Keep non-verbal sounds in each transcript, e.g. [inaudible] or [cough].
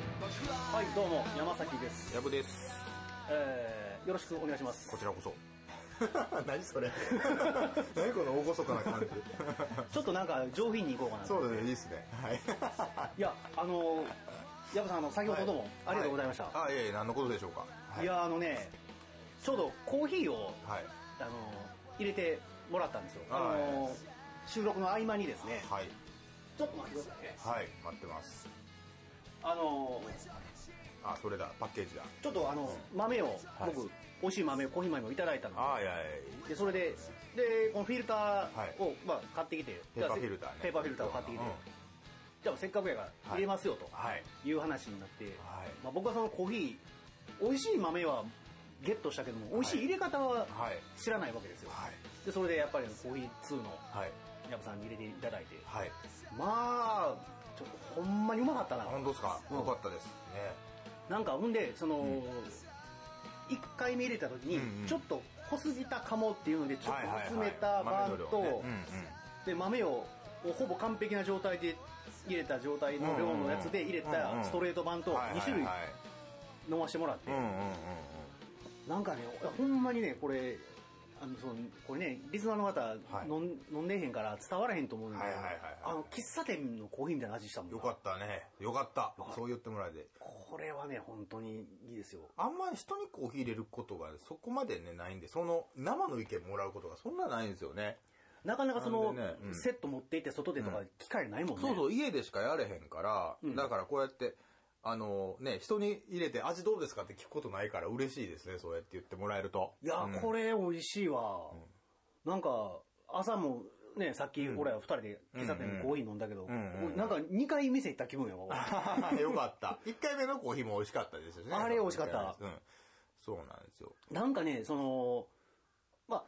はいどうも山崎です、やぶです。えー、よろしくお願いしますこちらこそ。 [laughs] 何それ。 [laughs] 何この大ごそかな感じ。 [laughs] ちょっとなんか上品にいこうかなそうだね、いいですね。はいやあのー矢部さんあの先ほどどうも、ありがとうございました、あ、いえいえ、何のことでしょうか。い、やあのねちょうどコーヒーをはい。あのー入れてもらったんですよ、あはいのー収録の合間にですねはい。ちょっと待ってくださいねはい、待ってます。あのーあ、それだ、パッケージだ。ちょっとあの豆を、い僕美味しい豆をコーヒー豆をいただいたのあ、いやいや。でそれででこのフィルターを、はまあ、買ってきてペーパーフィルターね。ペーパーフィルターを買ってきて、うんじゃあせっかくやから入れますよと、はい。いう話になって、はいまあ、僕はそのコーヒー美味しい豆はゲットしたけども美味しい入れ方ははい。知らないわけですよ、はい。でそれでやっぱりコーヒー2のはい。ヤブさんに入れていただいてはい。まあちょっとほんまにうまかったな本当ですか。うんよかったです。ね。なんかほんでその、ん1回目入れた時に、うんうんちょっと濃すぎたかもっていうのでちょっと薄めたはい版はいはいと、豆の量ねで豆をほぼ完璧な状態で入れた状態の量のやつで入れたストレート版とうんうんはい2種類はいはい飲ましてもらって、うんうんうんうん。なんかね、ほんまにね、これ、あの、その、これね、リスナーの方、はい飲ん飲んでへんから伝わらへんと思うんで、はいはいはいはいあの、喫茶店のコーヒーみたいな味したもんなよかったね。よかった。そう言ってもらえて。これはね、本当にいいですよ。あんまり人にコーヒー入れることがそこまでね、ないんで、その生の意見もらうことがそんなないんですよね。なかなかその、なんでねうんセット持っていって外でとか機会ないもんね。。そうそうう、家でしかやれへんから、だからこうやって、あのね、人に入れて味どうですかって聞くことないから嬉しいですね、そうやって言ってもらえると。いや、うんこれ美味しいわ。なんか、朝も、ね、さっき、俺ら二人で喫茶店のコーヒー飲んだけど、んうんなんか二回店行った気分やわ。俺 [laughs] よかった。1回目のコーヒーも美味しかったですよね。あれ美味しかったうん。そうなんですよ。なんかね、その、まあ、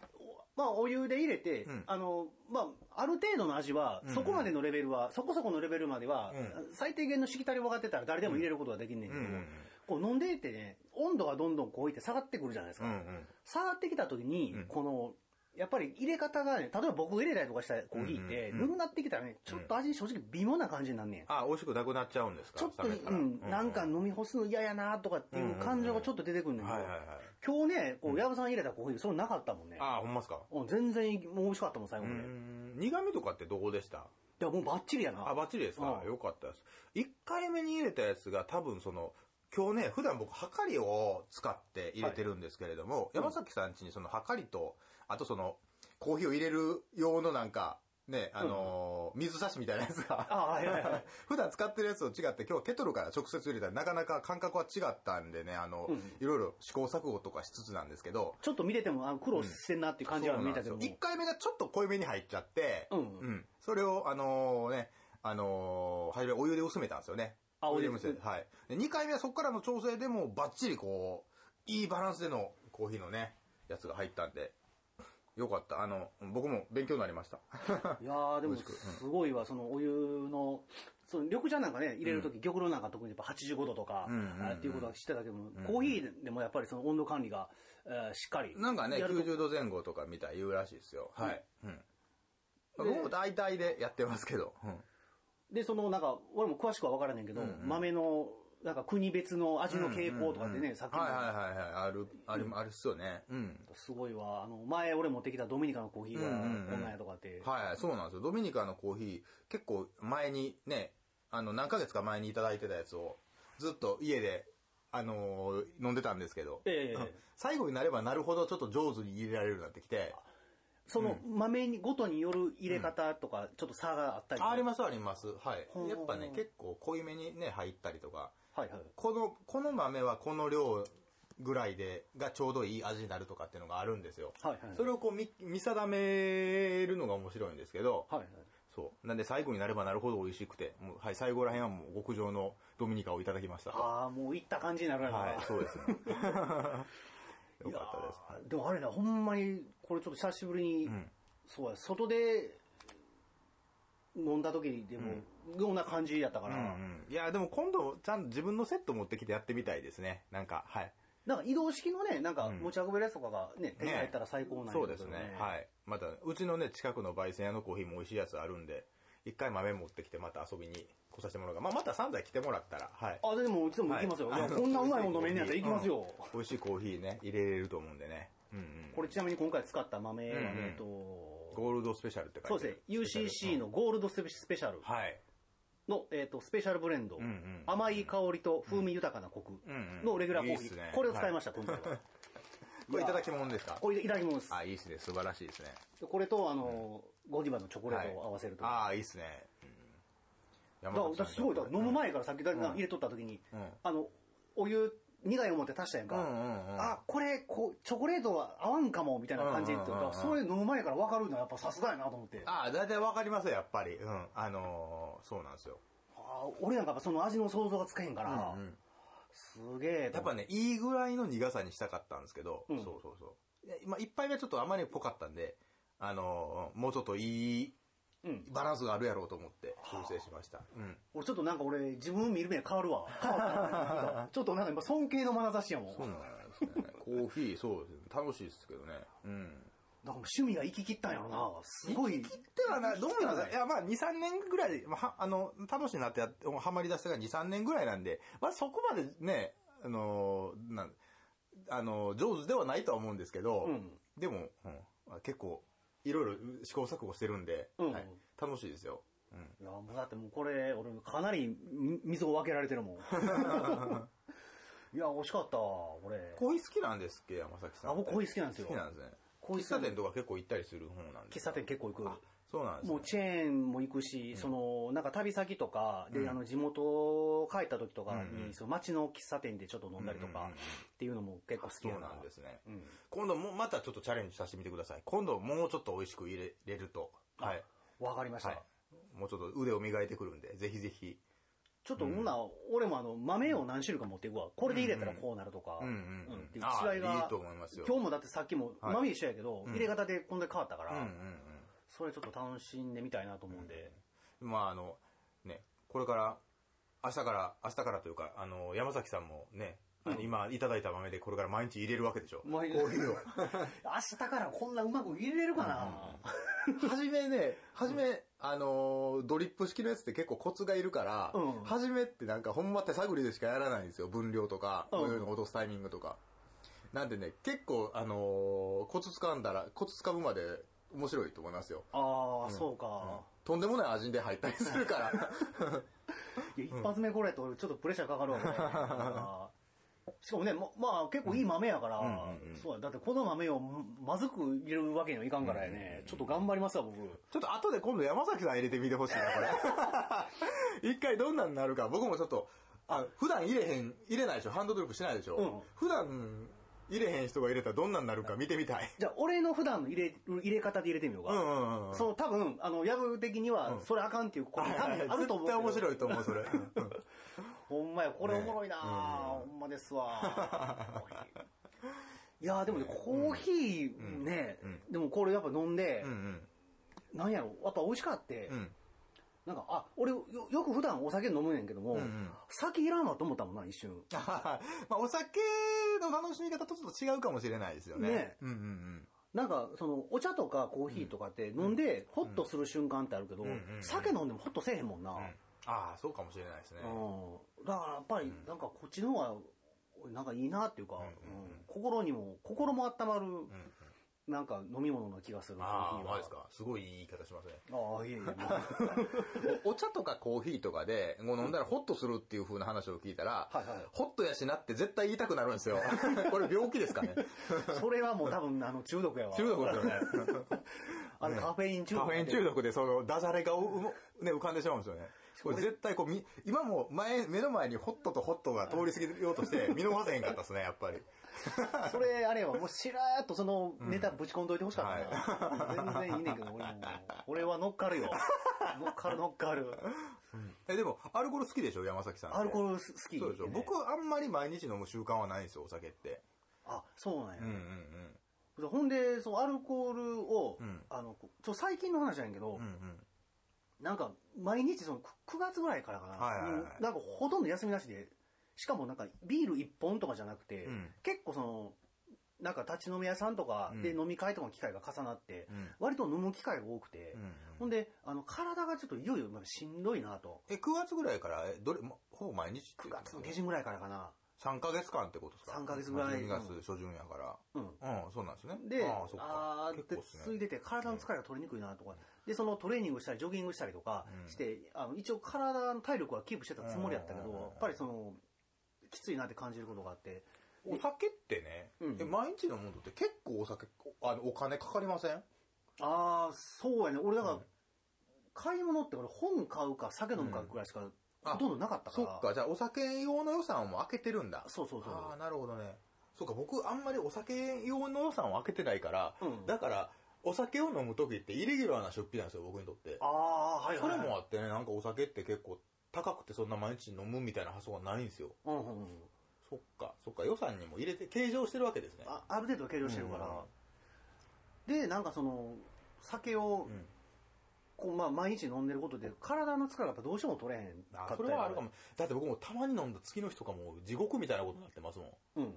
おまあ、お湯で入れて、んあの、まあ、ある程度の味は、そこまでのレベルは、そこそこのレベルまでは、う最低限のしきたり分かってたら誰でも入れることができんねんけど、うんうんこう飲んでいってね、温度がどんどんこういって下がってくるじゃないですうか。んうん。下がってきた時に、この、やっぱり入れ方がね、例えば僕入れたりとかしたコーヒーって、うんうんうんぬるなってきたらね、ちょっと味正直微妙な感じになんねん。あ、美味しくなくなっちゃうんですかちょっと、冷めたらうん、なんか飲み干すの嫌やなとかっていう感情がちょっと出てくるんだはいはいはい。けど、今日ね、こう、矢部さん入れたコーヒー、それなかったもんね。あ、ほんまっすか。うん全然、もう美味しかったもん、最後うまで。いん。苦味とかってどこでしたや、もうバッチリやな。あ、バッチリですか、うんよかったです。1回目に入れたやつが多分その、今日ね、普段僕、はかりを使って入れてるんですけれども、山崎さん家にそのはかりと、あとその、コーヒーを入れる用のなんか、ね、あのー水差しみたいなやつが。あはいはいはい [laughs] 普段使ってるやつと違って、今日はケトルから直接入れたらなかなか感覚は違ったんでね、あの、いろいろ試行錯誤とかしつつなんですけど、ちょっと見てても、あの、苦労してんなっていう感じは見えたけども。 1回目がちょっと濃いめに入っちゃって、うんそれを、あのね、あのー、初めお湯で薄めたんですよね。あお湯で薄めて。はい。で、2回目はそこからの調整でもうバッチリこう、いいバランスでのコーヒーのね、やつが入ったんで、よかった。あの、僕も勉強になりました。いやー、でも、すごいわ、そのお湯の、その緑茶なんかね、入れるとき、玉露なんか特にやっぱ85度とか、んうんうんあっていうことは知ってたけども、コーヒーでもやっぱりその温度管理が、えーしっかり。なんかね、やると90度前後とかみたい言うらしいですよ。はい。うん。で僕も大体でやってますけど。うんで、その、なんか、俺も詳しくは分からんねんけど、豆の、なんか国別の味の傾向とかってね、さっきもはいはいはいはい。ある、ある、あるっすよね。うん。すごいわ。あの、前俺持ってきたドミニカのコーヒーうんうんうはんこんなんやとかって。はいはい、そうなんですよ。ドミニカのコーヒー、結構前にね、あの、何ヶ月か前にいただいてたやつを、ずっと家で、あのー飲んでたんですけど、ええうん [laughs] 最後になればなるほどちょっと上手に入れられるようになってきて、その豆にごとによる入れ方とか、ちょっと差があったり。あありますあります。はいほう。やっぱね、結構濃いめにね、入ったりとか、はいはい。この、この豆はこの量ぐらいで、がちょうどいい味になるとかっていうのがあるんですよ。はいはいそれをこう見、見定めるのが面白いんですけど、はいはい。そう。なんで最後になればなるほど美味しくて、もうはい、最後ら辺はもう極上のドミニカをいただきました。はああ、もういった感じになるやろな。い、そうですね。よかったです。でもあれだ、ほんまに、これちょっと久しぶりに、 [laughs] そうや、外で飲んだ時でも、ような感じやったかうら、んうん、いや、でも今度、ちゃんと自分のセット持ってきてやってみたいですね。なんか、はい。なんか移動式のね、なんか持ち運べるやつとかがね、手に入ったら最高なんやけそどうですね。はい。また、うちのね、近くの焙煎屋のコーヒーも美味しいやつあるんで、一回豆持ってきてまた遊びに来させてもらうから、まあ、また3台来てもらったら、はい。あ、でも、いつでも行きますよ。はいいやこんなうまいもの飲めんねやったら行きますよ。美味しいコーヒーね、入れれると思うんでね。うんうん。これちなみに今回使った豆はね、うんうんえっと、ゴールドスペシャルってそ書いうてる。ですね、UCC のゴールドスペシャルはい。の、えっと、スペシャルブレンドうんうん。甘い香りと風味豊かなコクうんうんのレギュラーコーいいヒっすねー。これを使いました、今回は。 [laughs] これいただき物ですかこれでいただきます。あ、いいっすね。素晴らしいですね。でこれと、あの、ゴディバのチョコレートを合わせると。だかああ、いいっすね。うんら山崎さん私すごい、だから飲む前からさっきだけな入れとった時に、うんあの、お湯、苦い思って足したやんうんうか。んうん。あ、これ、こう、チョコレートは合わんかも、みたいな感じで言ってたうんうんうんうんそれ飲む前から分かるのはやっぱさすがやなと思って。あああ、だいたいわかりますよ、やっぱり。うん。あのー、そうなんですよ。ー俺なんかやっぱその味の想像がつかへんかうら、んうんすげえとや思っぱって。ね、いいぐらいの苦さにしたかったんですけど、うんそうそうそう。いやまあ、一杯目はちょっとあまりっぽかったんで、あのーもうちょっといいうん。バランスがあるやろうと思って、調整しました。うん。俺ちょっとなんか俺、自分見る目変わるわ。変わったちょっとなんか今尊敬の眼差しやもん。そうなんですね。コーヒー、そうですね。楽しいですけどね。うん。なんかもう趣味が行き切ったんやろな。すごい。ではな、どうなんだいや、まあ、2、3年ぐらい、まあ、はあの、楽しいなってやって、ハマり出したが2、3年ぐらいなんで、まあ、そこまでね、あのー、なん、あのー、上手ではないとは思うんですけど、うん。でも、うんあ結構、いろいろ試行錯誤してるんで、うんはい楽しいですよ。うんいや、もうだってもうこれ、俺かなりみ溝を分けられて [laughs] るもん。いや、惜しかったわ、俺。コーヒー好きなんですっけ、山崎さん。あ、僕コーヒー好きなんです好よき。なんですね。コーヒー喫茶店とか結構行ったりする方なんです喫茶店結構行く。あ、そうなんですもねう。チェーンも行くし、その、なんか旅先とか、で、うんあの、地元帰った時とかうんうんに、その街の喫茶店でちょっと飲んだりとうんうんかうんっていうのも結構好きそやうなんですね。うん。今度もまたちょっとチャレンジさせてみてください。今度もうちょっと美味しく入れれると。はい。わかりました。はい。もうちょっと腕を磨いてくるんで、ぜひぜひ。ちょっと、ほんな、俺もあの、豆を何種類か持っていくわ。これで入れたらこうなるとか。うんううんんってういん。うああ、違いがいいと思いますよ。今日もだってさっきも、はい豆一緒やけど、うん入れ方でこんなに変わったから、うんうんそれちょっと楽しんでみたいなと思うんで。うん。まああの、ね、これから、明日から、明日からというか、あの、山崎さんもね、あのうん今いただいた豆でこれから毎日入れるわけでしょ。もういいこう [laughs] いうの。明日からこんなうまく入れれるかな、はじめね、はじめ、あのードリップ式のやつって結構コツがいるから、うんはじめってなんかほんま手探りでしかやらないんですよ。分量とか、うんこういうの落とすタイミングとか。なんでね、結構、あのーコツ掴んだら、コツ掴むまで面白いと思いますよ。ああ、んそううんか。とんでもない味で入ったりするから。いや一発目これやと俺ちょっとプレッシャーかかる [laughs] わ、これあーしかもね、ま、まあ結構いい豆やから、うんうんうんそうや。だってこの豆をまずく入れるわけにはいかんからやね。ちょっと頑張りますわ、僕。ちょっと後で今度山崎さん入れてみてほしいな、こ [laughs] れ。一回どんなんなるか、僕もちょっと、あ普段入れへん、入れないでしょ、ハンドドリップしないでしょ。うん普段入れへん人が入れたらどんなんなるか見てみたい。じゃあ俺の普段の入れる、入れ方で入れてみようか。うんうんうんうん。その多分、あの、ヤブ的には、それあかんっていうこと多分あると思う。 [laughs] 絶対面白いと思う、[laughs] それ。ほんまや、これおもろいな、ねほんまですわ。いやでもね、コーヒーね、うんでもこれやっぱ飲んでうんう、ん。なんやろ、やっぱ美味しかって、うん。なんか、あ、俺よよく普段お酒飲むねんけども、うんうん酒いらんわと思ったもんな、一瞬。あはは [laughs] まあ、お酒の楽しみ方とちょっと違うかもしれないですよね。ねうんうんなんか、その、お茶とかコーヒーとかって飲んで、ホッとする瞬間ってあるけど、うんうん酒飲んでもホッとせえへんもんな。うん。うんああ、そうかもしれないですね。うんだからやっぱり、なんかこっちの方が、なんかいいなっていうか、んうんうんうん心にも、心も温まる、うんうんなんか飲み物な気がする、あコーヒーあ、はまあですか。すごいいい言い方しますね。ああ、いえいえ。もう [laughs] おお茶とかコーヒーとかで、もう飲んだらホッとするっていう風な話を聞いたら、はいはいホッとやしなって絶対言いたくなるんで [laughs] すよ。これ病気ですかね。それはもう多分、あの、中毒やわ。 [laughs] 中毒ですよね。あの、カフェイン中毒。カフェイン中。毒で、その、ダジャレがううもね、浮かんでしまうんですよね。これ絶対こう、み今も前、目の前にホットとホットが通り過ぎようとして、見逃せへんかったですね、やっぱり。それ、あれは、もうしらーっとそのネタぶち込んどいてほしかったな。全然いいねんけど、俺も。俺は乗っかる [laughs] よ。乗っかる乗っかる。え、でも、アルコール好きでしょ、山崎さんって。アルコールール好き、そうでしょ。僕、あんまり毎日飲む習慣はないんですよ、お酒って。あ、そうなんやうん。うんほんで、そう、アルコールを、うんあの、ちょ、最近の話なんやけど、うん。うんうん。なんか、毎日、その、く9月ぐらいからかな、はいはいはいうんなんか、ほとんど休みなしで、しかもなんか、ビール1本とかじゃなくて、うん結構その、なんか立ち飲み屋さんとかで飲み会とかの機会が重なって、うん割と飲む機会が多くて、うんほんで、あの、体がちょっといよいよまあしんどいなと。え、9月ぐらいから、えどれ、もほぼ毎日って9いうか月の下旬ぐらいからかな。 3ヶ月間ってことですか三ヶ月ぐらい12月初旬やかうん。ら。うん、そうなんですね。で、ああ、そっあーか。結って構っす続いね。てて、体の疲れが取りにくいなとか、で、そのトレーニングしたり、ジョギングしたりとかうんして、あの一応体の体力はキープしてたつもりやったけど、うんうんうんやっぱりその、きついなって感じることがあって、お酒ってね、うんえ毎日飲むのって結構お酒、あの、お金かかりませんああ、そうやね。俺だから、うん買い物って俺本買うか酒飲むかぐらいしか、あほとんどなかったかそら。っか、じゃあお酒用の予算も開けてるんだ。そうそうそう。ああ、なるほどね。そうか、僕あんまりお酒用の予算を開けてないから、うんだから、お酒を飲む時ってイレギュラーな出費なんですよ、僕にとって。ああ、はいはそいはれい。もあってね、なんかお酒って結構高くてそんな毎日飲むみたいな発想がないんですよ。うんうんうん。そっか、そっか、予算にも入れて、計上してるわけですね。あある程度は計量してるから。で、なんかその、酒うを、ん。こう、まあ、毎日飲んでることで、体の疲れがやっぱどうしても取れへんかったありそれはあるかも。だって僕もたまに飲んだ月の日とかもう地獄みたいなことになってますもうん。ん。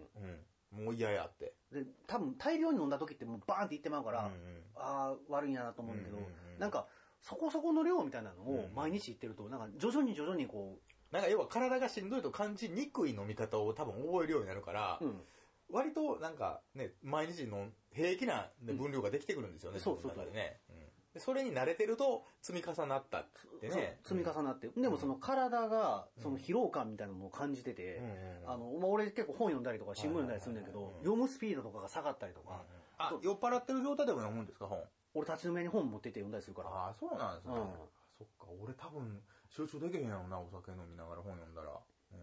うん。もう嫌やって。で、多分、大量に飲んだ時ってもうバーンっていってまうかだら、うんうんああ、悪いんやなと思うんだけど、うんうんうんなんか、そこそこの量みたいなのを毎日言ってると、なんか徐々に徐々にこなんか要は体がしんどいと感じにくい飲み方を多分覚えるようになるから、う、うん、割となんかね、毎日の平気なね分量ができてくるんですよね、うん自分の中でね。うんでそれに慣れてると積み重なったってね。そう積み重なって、でもその体がその疲労感みたいなのを感じてて、うんうんうんあのまあ、俺結構本読んだりとか新聞読んだりするんだけど、はいはいはいはい読むスピードとかが下がったりとか、あ、酔っ払ってる状態でも読むんですか、本。俺立ち止めに本持ってって読んだりするからああ、そうなんですね。うんそっか、俺多分、集中できへんやろな、お酒飲みながら本読んだら。うん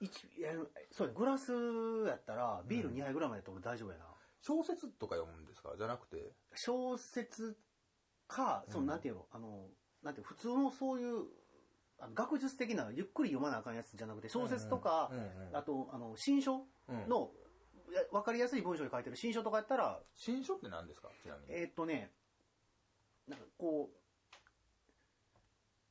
一いやそうやグラスやったらビール2杯ぐらいまでやったら俺大丈夫やな、小説とか読むんですかじゃなくて。小説かそのうんなんていうの、あのなんていうの普通のそういうあの学術的なゆっくり読まなあかんやつじゃなくて小説とかう、んうんあとあの新書うんの、いやわかりやすい文章で書いてる新書とかやったら新書って何ですかちなみに。えーっとね、なんかこう、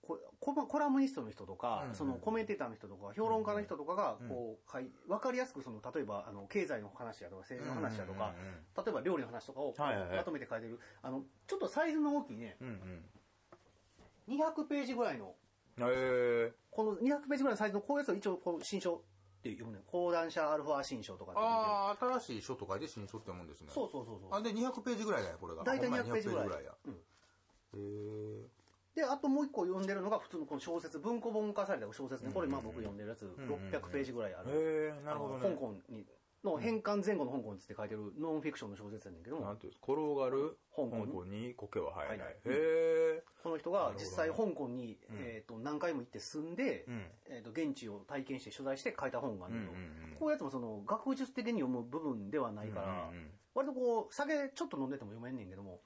こコマコラムニストの人とか、うんうんそのコメンテーターの人とか、評論家の人とかがうん、こう、かい分かりやすく、その、例えば、あの、経済の話やとか、政治の話やとか、うんうんうん例えば料理の話とかをはいはいはいまとめて書いてる、あの、ちょっとサイズの大きいね、うんうん。 200ページぐらいの、へえ。この200ページぐらいのサイズのこういうやつを一応、こう、新書って読むね。講談社アルファ新書とかって言ってるああ、新しい書とかで新書って読むんですね。そうそうそうそう。あ、で、200ページぐらいだよ、これが。大体ほんま200ページぐらい200や。うんへえ。で、あともう一個読んでるのが普通のこの小説、文庫本化された小説ね。これまあ僕読んでるやつ、んうん600ページぐらいある。へえ、なるほどあの香ね。港に、の返還前後の香港につって書いてるノンフィクションの小説やねんけどなもん、ていうんですか転がる香港香港に苔は生えなはいい。へえ。この人がなるほど実際香港に、うんえっと、何回も行って住んで、うん。えっと、現地を体験して取材して書いた本があうんるうんだけど、んこういうやつもその学術的に読む部分ではないから、うんうんうん割とこう、酒ちょっと飲んでても読めんねんけども、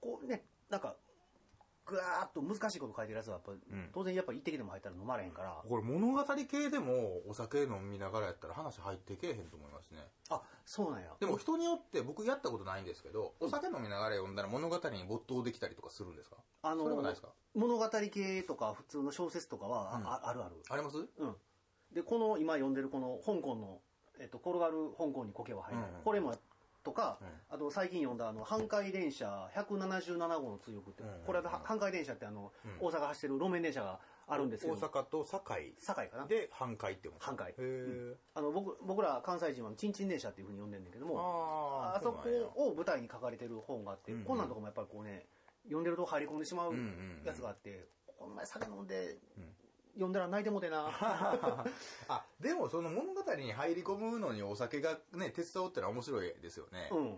こうね、なんか、ぐわーっと難しいこと書いてるやつはやっぱ、ん当然やっぱ一滴でも入ったら飲まれへんから、これ物語系でもお酒飲みながらやったら話入ってけえへんと思いますね。あ、そうなんや。でも人によって僕やったことないんですけど、お酒飲みながら読んだら物語に没頭できたりとかするんですかあのそれもないですか物語系とか普通の小説とかは、あうんああるある。ありますうんうん。で、この今読んでるこの香港の、えっと、転がる香港に苔は入る。うんうんこれも、とか、うんあと最近読んだあの、半壊電車177号の追憶って、うんうんうんこれは半壊電車ってあの、うん大阪走ってる路面電車があるんですけ大ど、阪と堺堺かなで半壊って思う。半壊へえ。あの僕僕ら関西人はチンチン電車っていうふうに呼んでるんだけども、ああーそなんやこを舞台に書かれてる本があって、うんうんこんなんとかもやっぱりこうね、読んでると入り込んでしまううんうんうんやつがあって、こんなに酒飲んでうん、読んだら泣いてもうて [laughs] な。 [laughs] あ、でもその物語に入り込むのにお酒がね、手伝うってのは面白いですよね。うん。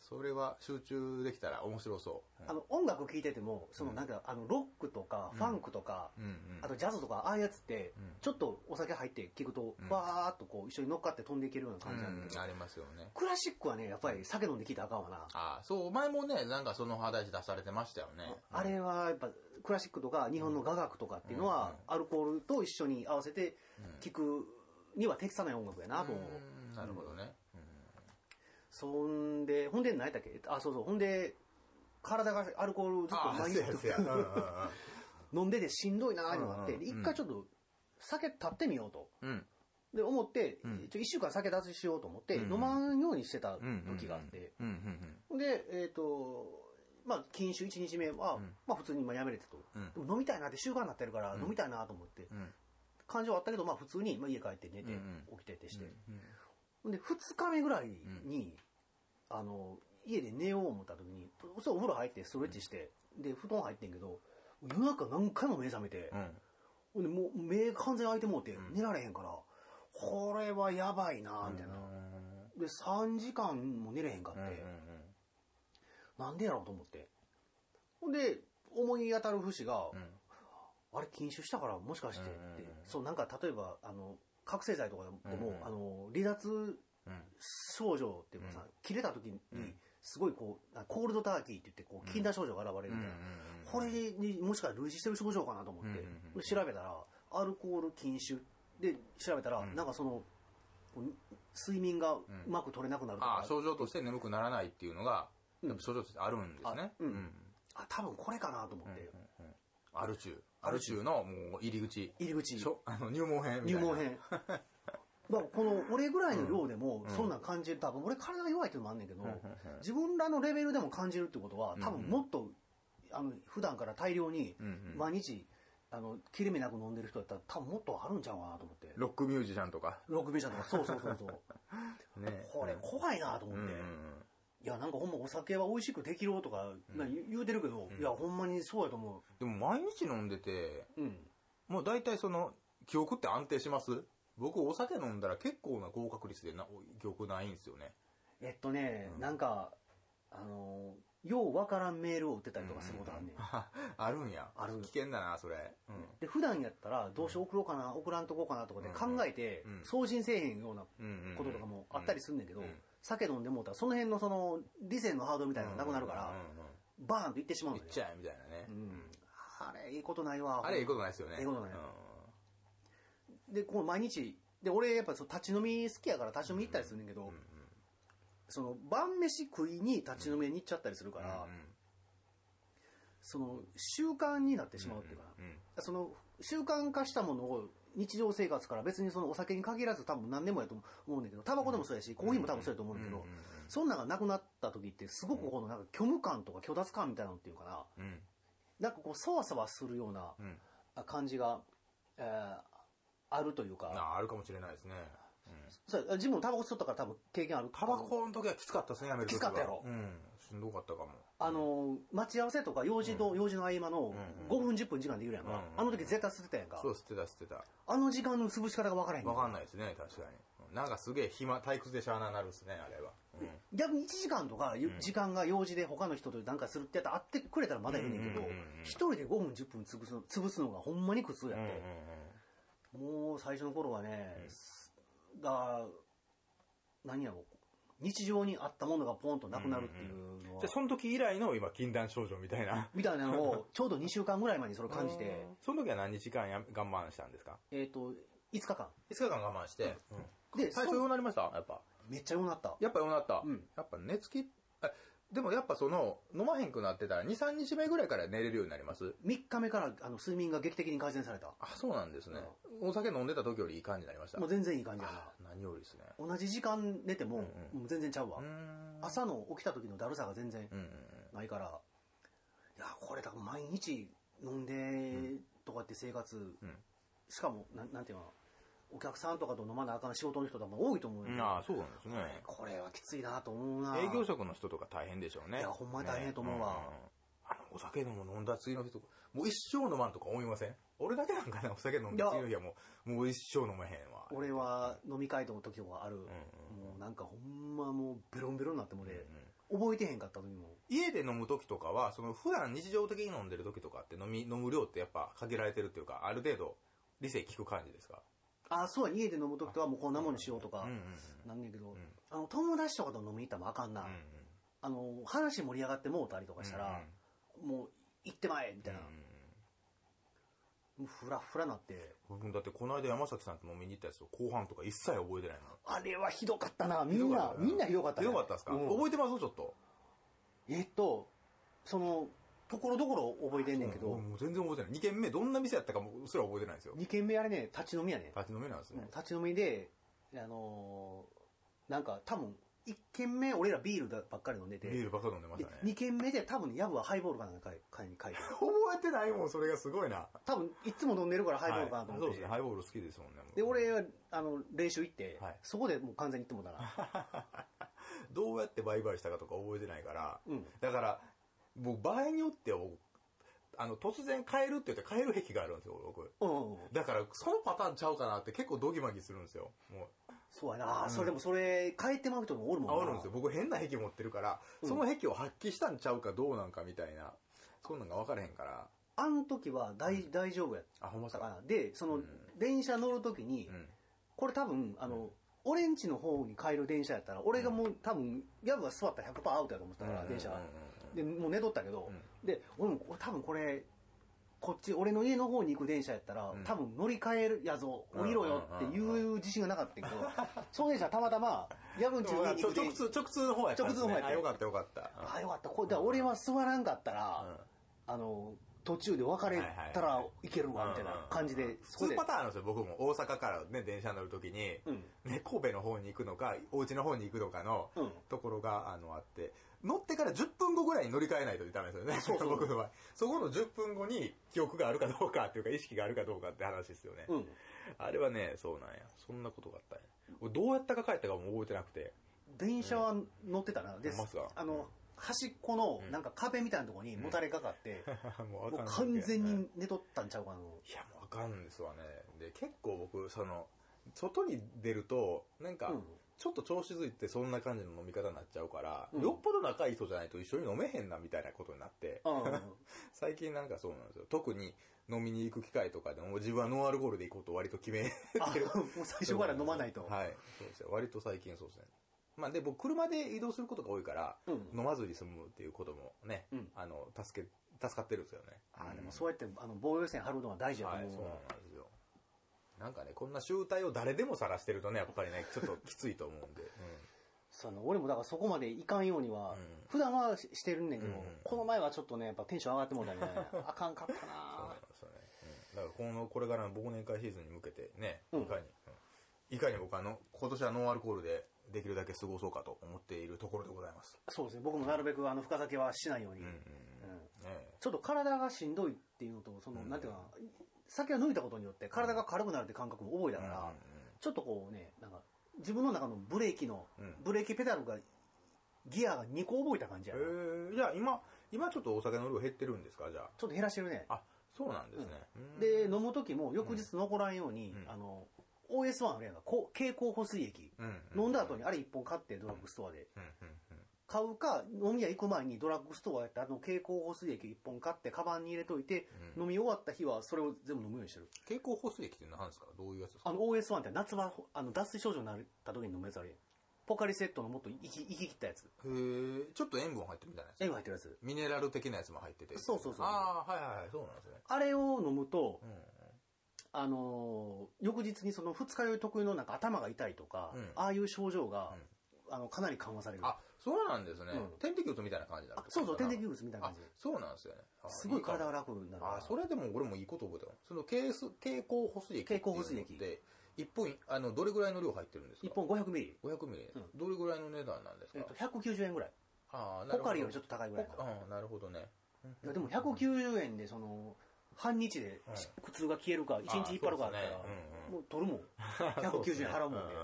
それは集中できたら面白そう。うんあの、音楽聴いてても、そのなんか、あの、ロックとか、ファンクとか、うんうんあとジャズとか、ああいうやつってうん、ちょっとお酒入って聴くとうん、バーっとこう、一緒に乗っかって飛んでいけるような感じなんだけうんど、ありますよね。クラシックはね、やっぱり酒飲んで聴いたらあかんわな。ああ、そう、前もね、なんかその話出されてましたよね。あれはやっぱ、クラシックとか、日本の雅楽とかっていうのは、アルコールと一緒に合わせて聴くには適さない音楽やなと思う。うんなるほどね。うんそんで、ほんで何やったっけあ、そうそう、ほんで、体がアルコールずっとああ、毎せ日やせや。うんうんうん飲んでてしんどいなーってのがあって、うんうんでうん一回ちょっと酒立ってみようと。うん。で、思って、うんちょ1週間酒脱しようと思って、うんうん飲まんようにしてたうんうん時があって、うんうんで、えっ、と、まあ、禁酒1日目は、うんまあ、普通にまあやめれてと。うんでも飲みたいなって習慣になってるから、うん飲みたいなと思って、うんうん感情はあったけど、まあ、普通に、まあ、家帰って寝て、うん起きてってしうて。んで、2日目ぐらいに、あの、家で寝よう思った時に、そうお風呂入って、ストレッチして、で、布団入ってんけど、夜中何回も目覚めて、うんほんでもう目完全開いてもうてん寝られへんから、これはやばいなみたいな、で3時間も寝れへんかって、うんうんなんでやろうと思ってほんで思い当たる節が、うんあれ禁酒したからもしかしてって、うんうんうんそうなんか例えばあの覚醒剤とかでも、うんうんあの離脱うん症状っていうかさ、うん切れた時にうんすごいこうあコールドターキーって言ってこう禁断症状が現れるうんうんうんみたいな、これにもしかしたら類似してる症状かなと思って、うんうんうん調べたらアルコール禁酒で調べたら、うんなんかそのこう睡眠がうまく取れなくなるとあかあ、症状として眠くならないっていうのがうん症状としてあるんですねあうんあ多分これかなと思って、アルチューアルチューのもう入り口入り口しょあの入門編み入たいな門 [laughs] 編まあこの俺ぐらいの量でもうんそんなん感じる多分俺体が弱いっていうのもあんねんけど、うんうん自分らのレベルでも感じるってことは多うんう分んもっとあの普段から大量にうんうん毎日あの切れ目なく飲んでる人だったら多分もっとあるんちゃうかなと思ってロックミュージシャンとかロックミュージシャンとかそうそうそう [laughs] そうねこれ怖いなと思うっんて、うんうんいやなんかほんまお酒は美味しくできろとか、まあ言う言うてるけど、うんいやほんまにそうやと思でも毎日飲んでてううんもう大体その記憶って安定します僕お酒飲んだら結構な高確率でな記憶ないんですよねえっとね、うんなんかあのーようわからんメールを打ってたりとかすることあんねん、あるんやある危険だなそれうんで普段やったらどうしよう送ろうかな、送らんとこうかなとかで考えて、うん送信せえへんようなうんうんこととかもあったりするんだけど、うん酒飲んでもうたらその辺のその理性のハードルみたいなのがなくなるから、うんうんうんバーンといってしまうのいっよちゃえみたいなね、うん、あれいいことないわあれいいことないですよねいいことないうんでこう毎日で俺やっぱそう立ち飲み好きやから立ち飲み行ったりするねんだけど、うんうんその晩飯食いに立ち飲みに行っちゃったりするから、うんうんその習慣になってしまうっていうかな、うんその習慣化したものを日常生活から別にそのお酒に限らず多分何でもやと思うんだけどタバコでもそうやし、コーヒーも多分そうやと思うんだけど、うんそんなんがなくなった時ってすごくこのなんか虚無感とか虚脱感みたいなのっていうかなうんなんかこうそわそわするようなうんうんあ感じが、えーあるというかああるかもしれないですね、うんそう自分もタバコ吸ったから多分経験あるタバコの時はきつかったですねやめる時きつはかったやろうんしんどかったかもあの待ち合わせとか用事と用事の合間のうん5分10分時間できるやんうんかあの時絶対吸ってたやんかそう捨てた捨てたあの時間の潰し方が分からへんわかんないですね確かにうんなんかすげえ暇退屈でしゃあななるっすねあれは、うん逆に1時間とかゆうん時間が用事で他の人となんかするってやったら会ってくれたらまだいいねんけうどんうんうんうん一人で5分10分潰すの潰すのがほんまに苦痛やっうんうんてもう最初の頃はねうんすだから何やろ日常にあったものがポンとなくなるっていうのうんはじゃあその時以来の今禁断症状みたいなみたいなのをちょうど2週間ぐらい前にそれを感じてうんその時は何時間や我慢したんですかえっと5日間5日間我慢して、で最初そようなりましたやっぱめっちゃ良くなったやっぱようなった、うんやっぱ寝つきあでもやっぱその飲まへんくなってたら23日目ぐらいから寝れるようになります3日目からあの睡眠が劇的に改善されたあそうなんですね、お酒飲んでた時よりいい感じになりました、もう全然いい感じやあな何よりですね同じ時間寝てもうんうんもう全然ちゃうわうーん朝の起きた時のだるさが全然うんうんないから、いや、これだから毎日飲んでとかって生活、んしかも、なんなんていうの、お客さんとかと飲まなあかん仕事の人とかも多いと思うよ、うんああそうなんですねこれはきついなと思うな。営業職の人とか大変でしょういねやほんまに大変やと思うわねんんあのお酒飲む飲んだ次の日とかもう一生飲まんとか思いません俺だけなんかなお酒飲んだ次の日はもうもう一生飲めへんわ俺は飲み会との時とかある、んもうなんかほんまもうベロンベロンになってもうん俺、うん覚えてへんかった時も、家で飲む時とかは、その普段日常的に飲んでる時とかって飲み、飲む量ってやっぱ限られてるっていうか、ある程度理性効く感じですかああ、そうや、家で飲む時とはもうこんなもんにしようとかうん、うんうん。なんねんけど、うんあの、友達とかと飲みに行ったらもうあかんな。うんあの、話盛り上がってもうたりとうかん。したら、もう、行ってまえみたいな。もうふらふらなって、うんうんうん。だってこの間山崎さんと飲みに行ったやつと後半とか一切覚えてないもん。あれはひどかったな、みひんどかなっ、たみんなひどかったねよかったですか、うん覚えてますちょっと。えっと、その、ところどころ覚えてんねんけもうど、もう全然覚えてない。2軒目どんな店やったかもうすら覚えてないんですよ。 2軒目あれね、立ち飲みやねん。立ち飲みなんですね。立ち飲みで、あのーなんか多分、1軒目俺らビールばっかり飲んでて、ビールばっか飲んでましたでね。 2軒目で多分ヤブはハイボールかなんか買いに書いてる。 [laughs] 覚えてないもん、それがすごいな。多分、いつも飲んでるからハイボールかなとはいそう思っですて。ね、ハイボール好きですもんね。もうで、俺、は、あの、練習行って、はいそこでもう完全に行ってもうたな。どうやって売買したかとか覚えてないから、うん。だから、もう場合によっては僕、あの、突然変えるって言って変える癖があるんですよ、僕。うんうんうん。だから、そのパターンちゃうかなって結構ドギマギするんですよ。もそうやな、うんそれでもそれ、変えてまう人もおるう、もんな。あるんですよ。僕変な癖持ってるから、うんその癖を発揮したんちゃうかどうなんかみたいな、そんなんが分からへんから。あの時は大,、う大丈夫やっあ、ほんまたさか。な。で、そうのん、電車乗る時に、うん。これ多分、あの、うんオレンジの方に帰る電車やったら、俺がもう多分、ヤブが座ったら100%アウトやと思ってたから、電車うんはうん。で、もう寝とったけど、うんで、俺もこれ多分これ、こっち、俺の家の方に行く電車やったら、うん多分乗り換えるやぞ、降りろよっていう自信がなかったんやけ [laughs] ど、その電車たまたま、ヤブうんんちの家にち行ょく電直通、直通の方やったんです直通のね。方やったあよかったよかった。あ、よかった。これ、だから俺は座らんかったら、うんあの、途中で別れたらいけるわ、みたいな感じで、そこ2でパ。ターンあるんですよ、僕も。大阪からね、電車乗るときに、うん。ね、神戸の方に行くのか、お家の方に行くのかのうん。ところが、あの、あって、乗ってから10分後ぐらいに乗り換えないとダメですよね。そうそう [laughs] 僕の場合。そこの10分後に記憶があるかどうかっていうか、意識があるかどうかって話ですよね。うん。あれはね、そうなんや。そんなことがあったんや。俺どうやったか帰ったかも覚えてなくて。 [laughs] 電車は乗ってたな。でほんますか、あの、端っこのう、んなんか壁みたいなところにもたれかかって、ももうあかん完全いに寝とったんちゃうかな。や、もうあかんですわね。で、結構僕、その、外に出ると、なんか、うん。ちょっと調子づいてそんな感じの飲み方になっちゃうから、うんよっぽど仲いい人じゃないと一緒に飲めへんなみたいなことになって、うん。最近なんかそうなんですよ。特に飲みに行く機会とかでも自分はノンアルコールで行こうと割と決めあ、てる。もう最初から飲まないと。はい。そうですよ。割と最近そうですね。まあで、僕車で移動することが多いから、うん。飲まずに済むっていうこともね、うんあの、助け、助かってるんですよね。あ、でもうそうやって、あの、防御線張るのは大事んやとはい、思うそうなんですよ。なんかね、こんな集体を誰でも晒してるとね、やっぱりね、 [laughs] ちょっときついと思うんで。そうやな俺もだからそこまでいかんようにうんは、うん普段はししてるんねんけど、うんうんこの前はちょっとね、やっぱテンション上がってもうたね。あかんかったそうななんですよね。うん、だからこの、これからの忘年会シーズンに向けてね、いうんかに、うんいかに僕あの、今年はノンアルコールでできるだけ過ごそうかと思っているところでございます。そうですね、僕もなるべくあの深酒はしないように、うんうんうん。うんねちょっと体がしんどいっていうのと、その、うんなんていうかな、酒を抜いたことによって体が軽くなるって感覚も覚えたから、ちょっとこうね、なんか、自分の中のブレーキの、うんうんブレーキペダルが、ギアが2個覚えた感じやな、うん。えー、じゃあ今、今ちょっとお酒の量減ってるんですかじゃあ。ちょっと減らしてるね。あ、そうなんですね。うんで、、飲む時も翌日残らんように、うんあの、OS1 あるやんか、こう蛍光補水液。うん飲んだ後に、あれ1本買ってドラッグストアでうんうんうん買うか飲み屋行く前にドラッグストアやってあの蛍光補水液1本買ってカバンに入れといてうん飲み終わった日はそれを全部飲むようにしてる蛍光補水液って何ですかどういうやつですかあの OS1 って夏場あの脱水症状になった時に飲むやつあるやんポカリセットのもっと息息切ったやつへーちょっと塩分入ってるみたいなやつ塩分入ってるやつミネラル的なやつも入ってて。そうそうそうああ、はいはいはい、そうなんですね。あれを飲むとうんあのー翌日にその二日酔い特有のなんか頭が痛いとか、うんああいう症状が、あのかなり緩和されるあ、そうなんですね。うん点滴打つみたいな感じだあそうそう点滴打物みたいな感じでそうなんですよね。あすごい体がか楽になるからあ、それでも俺もいいこと覚えたわその、蛍水蛍光補水液っていうの蛍光って。補水で、一本、あの、どれぐらいの量入ってるんです1か本500ミリ、 ?500 ミリうん。どれぐらいの値段なんですえかっと、190円ぐらいああ、なポるほど。カリよりちょっと高いぐらいかなああ、なるほどね。いやでも190円でその半日でうん苦痛が消えるか一日引っ張るかあったらああそうですねうんうんもう取るもん190円払うもんね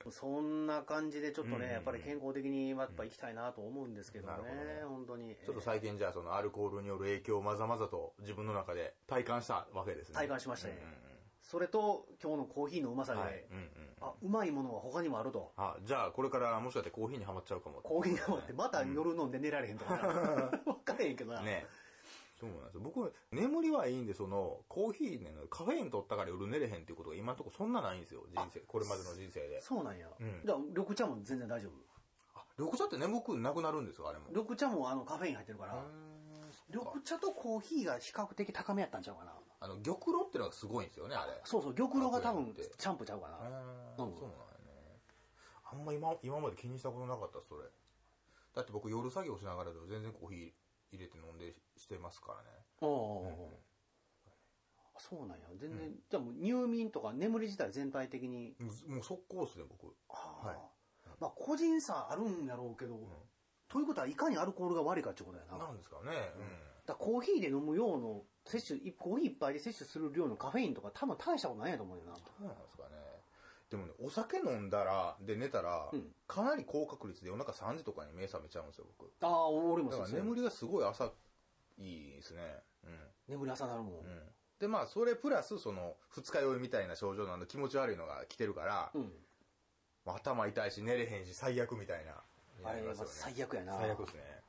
そですねそんな感じでちょっとうんうんうねんやっぱり健康的にやっぱ行きたいなと思うんですけどねなるほどね本当にうんちょっと最近じゃあ、その、アルコールによる影響をまざまざと自分の中で体感したわけですね。体感しましたねうんうんうんそれと今日のコーヒーのうまさで、はい。うんうん。あうまいものは他にもあるとあ、じゃあこれからもしかしてコーヒーにハマっちゃうかも。コーヒーが終わってまた夜飲んで寝られへんとか [laughs] な分からへんけどな、ね。そうなんですよ。僕、眠りはいいんで、その、コーヒーね、カフェイン取ったから夜寝れへんっていうことが今のところそんなないんですよ。人生、これまでの人生で。そうなんや、うんじゃあ緑茶も全然大丈夫あ、緑茶って眠くなくなるんですかあれも。緑茶もあのカフェイン入ってるかうーらんそっか緑茶とコーヒーが比較的高めやったんちゃうかなあの、玉露っていうのがすごいんですよね、あれ。そうそう、玉露が多分あそうやって、チャンプちゃうかうーな。んうんそうなんやね。あんま今、今まで気にしたことなかった、それ。だって僕夜作業しながらでも全然コーヒー入れて飲んでしてますからね。ああそうなんや。全然、じゃあもう入眠とか眠り自体全体的に。もうもう速攻っすね、僕。ああはいまあ個人差あるんやろうけど、ということはいかにアルコールが悪いかってことやな。だなかんですかね。うんらコーヒーで飲む量の摂取、コーヒー一杯で摂取する量のカフェインとか多分大したことないんやと思うよな。うん。どうなんですかね。でもね、お酒飲んだら、で寝たら、うんかなり高確率で夜中3時とかに目覚めちゃうんですよ、僕。ああ、俺もだそかうそらう眠りがすごい浅いですね。うん。眠り浅なるもん。うんで、まあ、それプラス、その、二日酔いみたいな症状なんで気持ち悪いのが来てるから、うん。まあ頭痛いし、寝れへんし、最悪みたいな。あれ、なりままあすよね最悪やな。最悪ですね。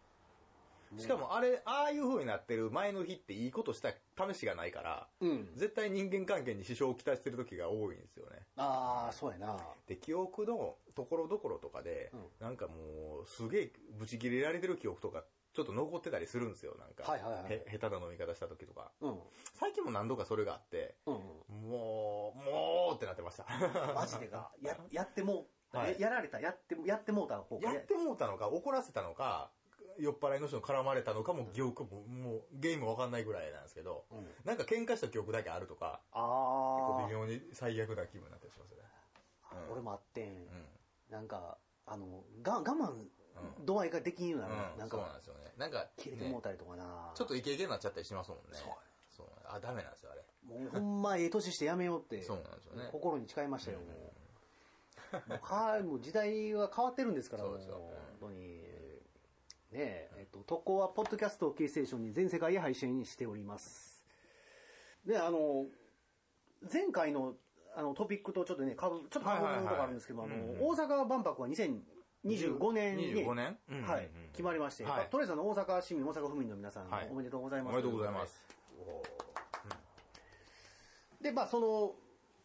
しかも、あれ、ああいう風になってる前の日っていいことした試しがないから、うん。絶対人間関係に支障をきたしてる時が多いんですよね。ああ、そうやな。で、記憶のところどころとかで、なんかもう、すげえブチ切れられてる記憶とか、ちょっと残ってたりするんですよ、なんか。はいはいはいへ下手な飲み方した時とか。うん。最近も何度かそれがあって、うん。 [laughs] もう、もうってなってました。マジでか。や、やってもう、はいややられた、やって、やってもうた方が。やってもうたのか、怒らせたのか、酔っ払いの人に絡まれたのかも、記憶も、もう、ゲームわかんないぐらいなんですけど、うん。なんか喧嘩した記憶だけあるとか、結構あ微妙に最悪な気分になったりしますよね。あう、ん俺もあってん。うん。なんか、あの、が、我慢う、度合いができんような、うん、なんそうなんか、ですよね。なんか、切れてもうねたりとかな。ちょっとイケイケになっちゃったりしますもんね。そうそうあ、ダメなんですよ、あれ。もうほんまええ年してやめようって、そうなんですよね心に誓いましたよ、もう。もうかもう時代は変わってるんですから、そうですよも本当に。ねえ、えっと、特攻はポッドキャストをキーステーションに全世界へ配信しております。で、あの、前回のあのトピックとちょっとね、かぶ、ちょっとかぶるとこあるんですけど、あはいはいはいの、うん大阪万博は2025年に、 25年はい、決まりまして、はいとりあえずあの大阪市民、大阪府民の皆さん、はいおめでとうございおます。めでとうございます。で、まあ、その、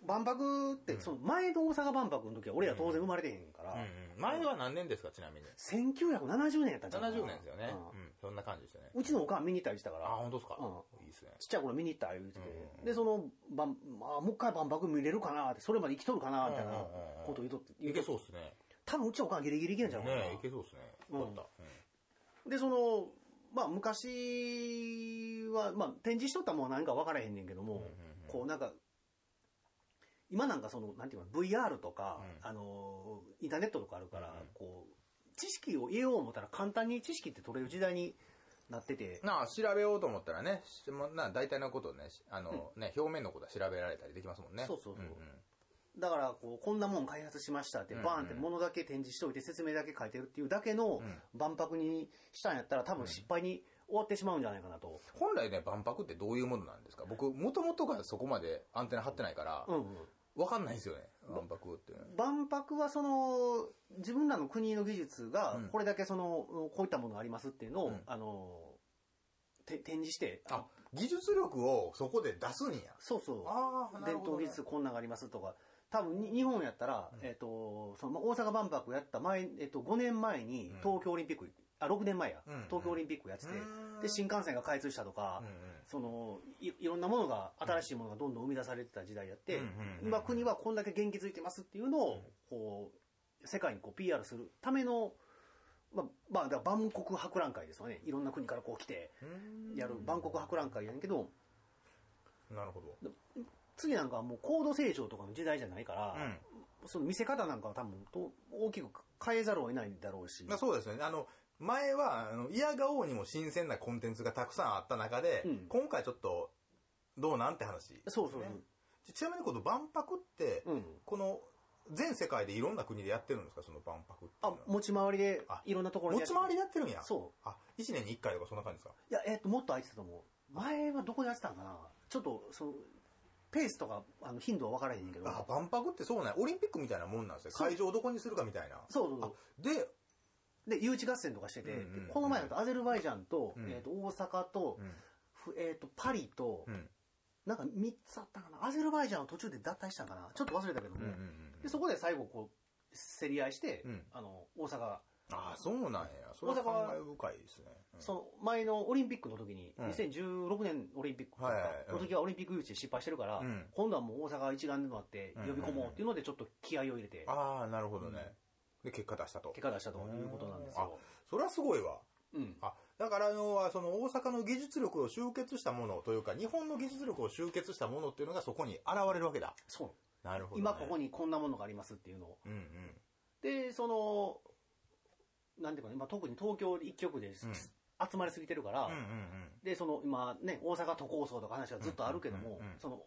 万博って、その前の大阪万博の時は俺ら当然生まれてへんから、うんうん前は何年ですか、ちなみに。 1970年やったんじゃない70年ですよね。うん。そんな感じでしたね。うちのおかん見に行ったりしたからあ、、本当ですかう。いいですね。ちっちゃい頃見に行った言うてて、で、その、万まあ、もう一回万博見れるかなって、それまで生きとるかなみたいなうんうんうんうんこと言うとって、いけそうですね。多分うちのおかんギリギリいけんじゃんかな。ねいけそうですね。うんよかった。で、その、まあ、昔は、まあ、展示しとったもんは何か分からへんねんけども、こう、なんか、今なんかその、なんていうの、VR とか、あの、インターネットとかあるから、こう、知識を得よう思ったら簡単に知識って取れる時代になってて、なあ、調べようと思ったらね、しもな大体のことをね、しあの、ね、表面のことは調べられたりできますもんね。そうそうそうんんだから、こう、こんなもん開発しましたって、うんバーンってものだけ展示しておいて、説明だけ書いてるっていうだけのん万博にしたんやったら、多分失敗に終わってしまうんじゃないかなと。本来ね、万博ってどういうものなんですか僕、もともとがそこまでアンテナ張ってないからう、ん、うん。わかんないんですよね、万博っていうのは。万博はその自分らの国の技術がうんこれだけその、こういったものがありますっていうのを、うんあのて展示してあ、技術力をそこで出すんや。そうそあう伝統技術こんなんがありますとか多分に日本やったら、えっとそのまあ大阪万博やった前、えっと5年前にうん東京オリンピック、あ6年前や、うん東京オリンピックやってて、うんで新幹線が開通したとか、そのいいろんなものが新しいものがどんどん生み出されてた時代やって、うんうんうんうん今国はこんだけ元気づいてますっていうのをこう世界にこう PR するための、まあまあ、だから万国博覧会ですよねいろんな国からこう来てやる万国博覧会やねんけどなるほど。次なんかはもう高度成長とかの時代じゃないから、うん。その見せ方なんかは多分と大きく変えざるを得ないだろうし、まあそうですよね。あの、前は、あの、嫌がおうにも新鮮なコンテンツがたくさんあった中で、うん今回ちょっと、どうなんって話、そうそうそう、ねちちなみにこの万博って、うん、この、全世界でいろんな国でやってるんですかその万博っていうあのは。持ち回りでいろんなところ持やっちて回りでやってるんや。そうあ、1年に1回とかそんな感じですかいや、えっと、もっと空いてたと思う。前はどこでやってたんかなちょっと、その、ペースとか、あの、頻度は分からへんねんけど。あ、万博ってそうなんやオリンピックみたいなもんなんですね。そう会場をどこにするかみたいな。そうそうそあで、う。で、誘致合戦とかしてて、うんうんうんでこの前だとアゼルバイジャンと、うんえっと、大阪と、うん。ふえっと、パリと、うん。なんか3つあったかなアゼルバイジャンは途中で脱退したんかなちょっと忘れたけども。うんうんうんで、そこで最後、こう、競り合いして、うんあの、大阪が、ああ、そうなんや。それは感慨深いですね。うんその前のオリンピックの時に、うん2016年オリンピックとかはいはいはいうんの時はオリンピック誘致失敗してるから、うん今度はもう大阪一丸となって呼び込もうっていうので、ちょっと気合を入れて、ああ、なるほどね。で、結果出したと。結果出したということなんですあよ。それはすごいわ。うん。あ、だから要はその大阪の技術力を集結したものというか日本の技術力を集結したものっていうのがそこに現れるわけだ。そう。なるほど、ね。今ここにこんなものがありますっていうのを。うんうん。で、その、なんていうかね、まあ、特に東京一極で、うん集まりすぎてるから、うんうんで、その今ね、大阪都構想とか話がずっとあるけども、うんうんうんその、